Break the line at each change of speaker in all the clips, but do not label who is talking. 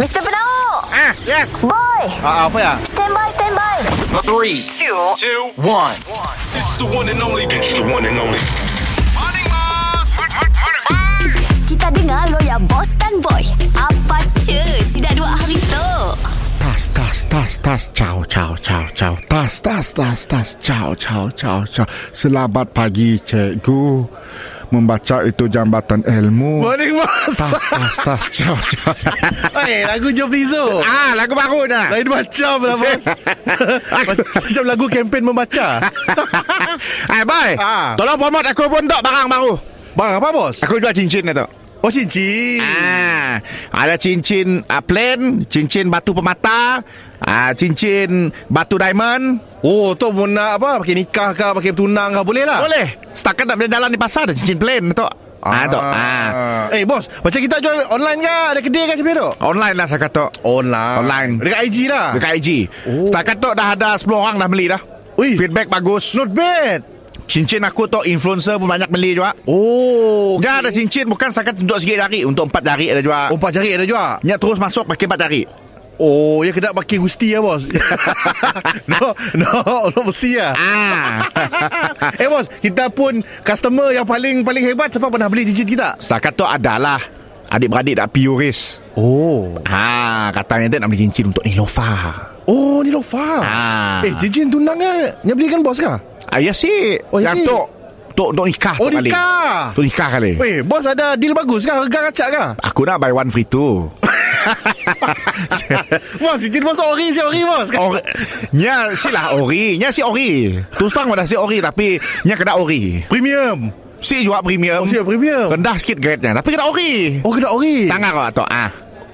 Mr. Penau
Ah, yes.
Boy
Ah, apa ya?
Stand by, stand by
Three,
Two
two, one.
It's the one and only. It's the one and only.
Kita dengar lo ya Boss dan Boy Apa cuy Si dah dua hari tu
Tas, tas, tas, tas. Ciao, ciao, ciao, ciao. Tas, tas, tas, tas. Ciao, ciao, ciao, ciao. Selamat pagi, cikgu. Membaca itu jambatan ilmu.
Morning, boss.
Tas, tas, tas. Ciao, ciao.
Hey, lagu Jovlizo.
ah, lagu baru dah.
Lain macam lah, boss. macam lagu kempen membaca.
Hai, Eh, boy.
Ah.
Tolong promote aku pun tak barang baru.
Bang, apa, bos?
Aku jual cincin ni tu.
Oh, cincin.
Ah, ada cincin uh, plain, cincin batu pemata, ah, cincin batu diamond.
Oh, tu mau nak apa? Pakai nikah ke, pakai bertunang ke, boleh lah.
Boleh. Setakat nak berjalan di pasar ada cincin plain tu. Ah, tu. Ah.
Eh, bos. Macam kita jual online ke? Ada kedai ke macam mana tu?
Online lah saya kata.
Online.
Ah. Online.
Dekat IG lah.
Dekat IG
Oh.
oh. Setakat tu dah ada 10 orang dah beli dah
Ui.
Feedback bagus
Not bad.
Cincin aku tu Influencer pun banyak beli juga
Oh.
Dia ada cincin Bukan setakat untuk sikit jari Untuk 4 jari ada juga
Oh,
oh.
empat jari ada juga.
Nya terus masuk pakai 4 jari
Oh, ya kena pakai gusti ya bos. no, no, no besi ya.
Ah,
eh bos, kita pun customer yang paling paling hebat siapa pernah beli cincin kita?
Setakat tu adalah Adik-beradik dah piuris
Oh.
Ha, katanya dia nak beli cincin untuk Nilofa
Oh, ni lofa.
Ah.
Eh, cincin tunang ke? Nya beli kan bos kah?
ah, Ya si
Oh, ya si.
Yang tu Tok Tok nikah
Oh,
tu kali.
nikah.
Tu nikah kali
Weh, Eh, bos ada deal bagus kah? Harga kacak kah?
Aku nak buy one free two
bos, cincin bos ori si ori bos.
Or, nya si lah ori Nya si ori Terus terang pada si ori Tapi Nya kena ori
Premium.
Si jual premium
Oh, si jual premium.
Rendah sikit grade nya Tapi kena ori
Oh, kena ori.
Tangan kau atok ah.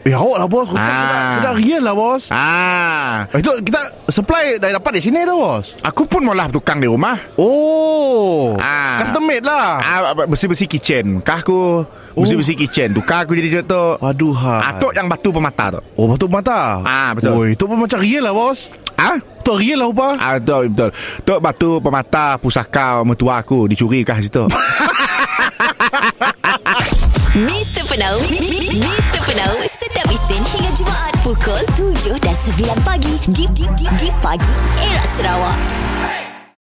Eh, awak lah bos. Kena,
Ah.
kena, kena real lah bos.
Ah.
Eh, tu kita supply dah dapat di sini tu bos.
Aku pun mula tukang di rumah.
Oh.
Ah.
Custom made lah.
Ah besi-besi kitchen. Kah aku
Oh.
besi-besi kitchen. Tukar aku jadi tu.
Waduh ha.
Atok yang batu pemata tu.
Oh batuk mata
Ah, betul.
Oi, itu pun macam real lah bos
Ah?
Itu real lah apa
Ah, betul, betul. Tok batu pemata pusaka mertua aku dicuri kah situ.
Mr. Penau Mi- Mi- Mi- Mr. Penau Setiap Isnin hingga Jumaat Pukul 7 dan 9 pagi Di, di, di, di pagi Era Sarawak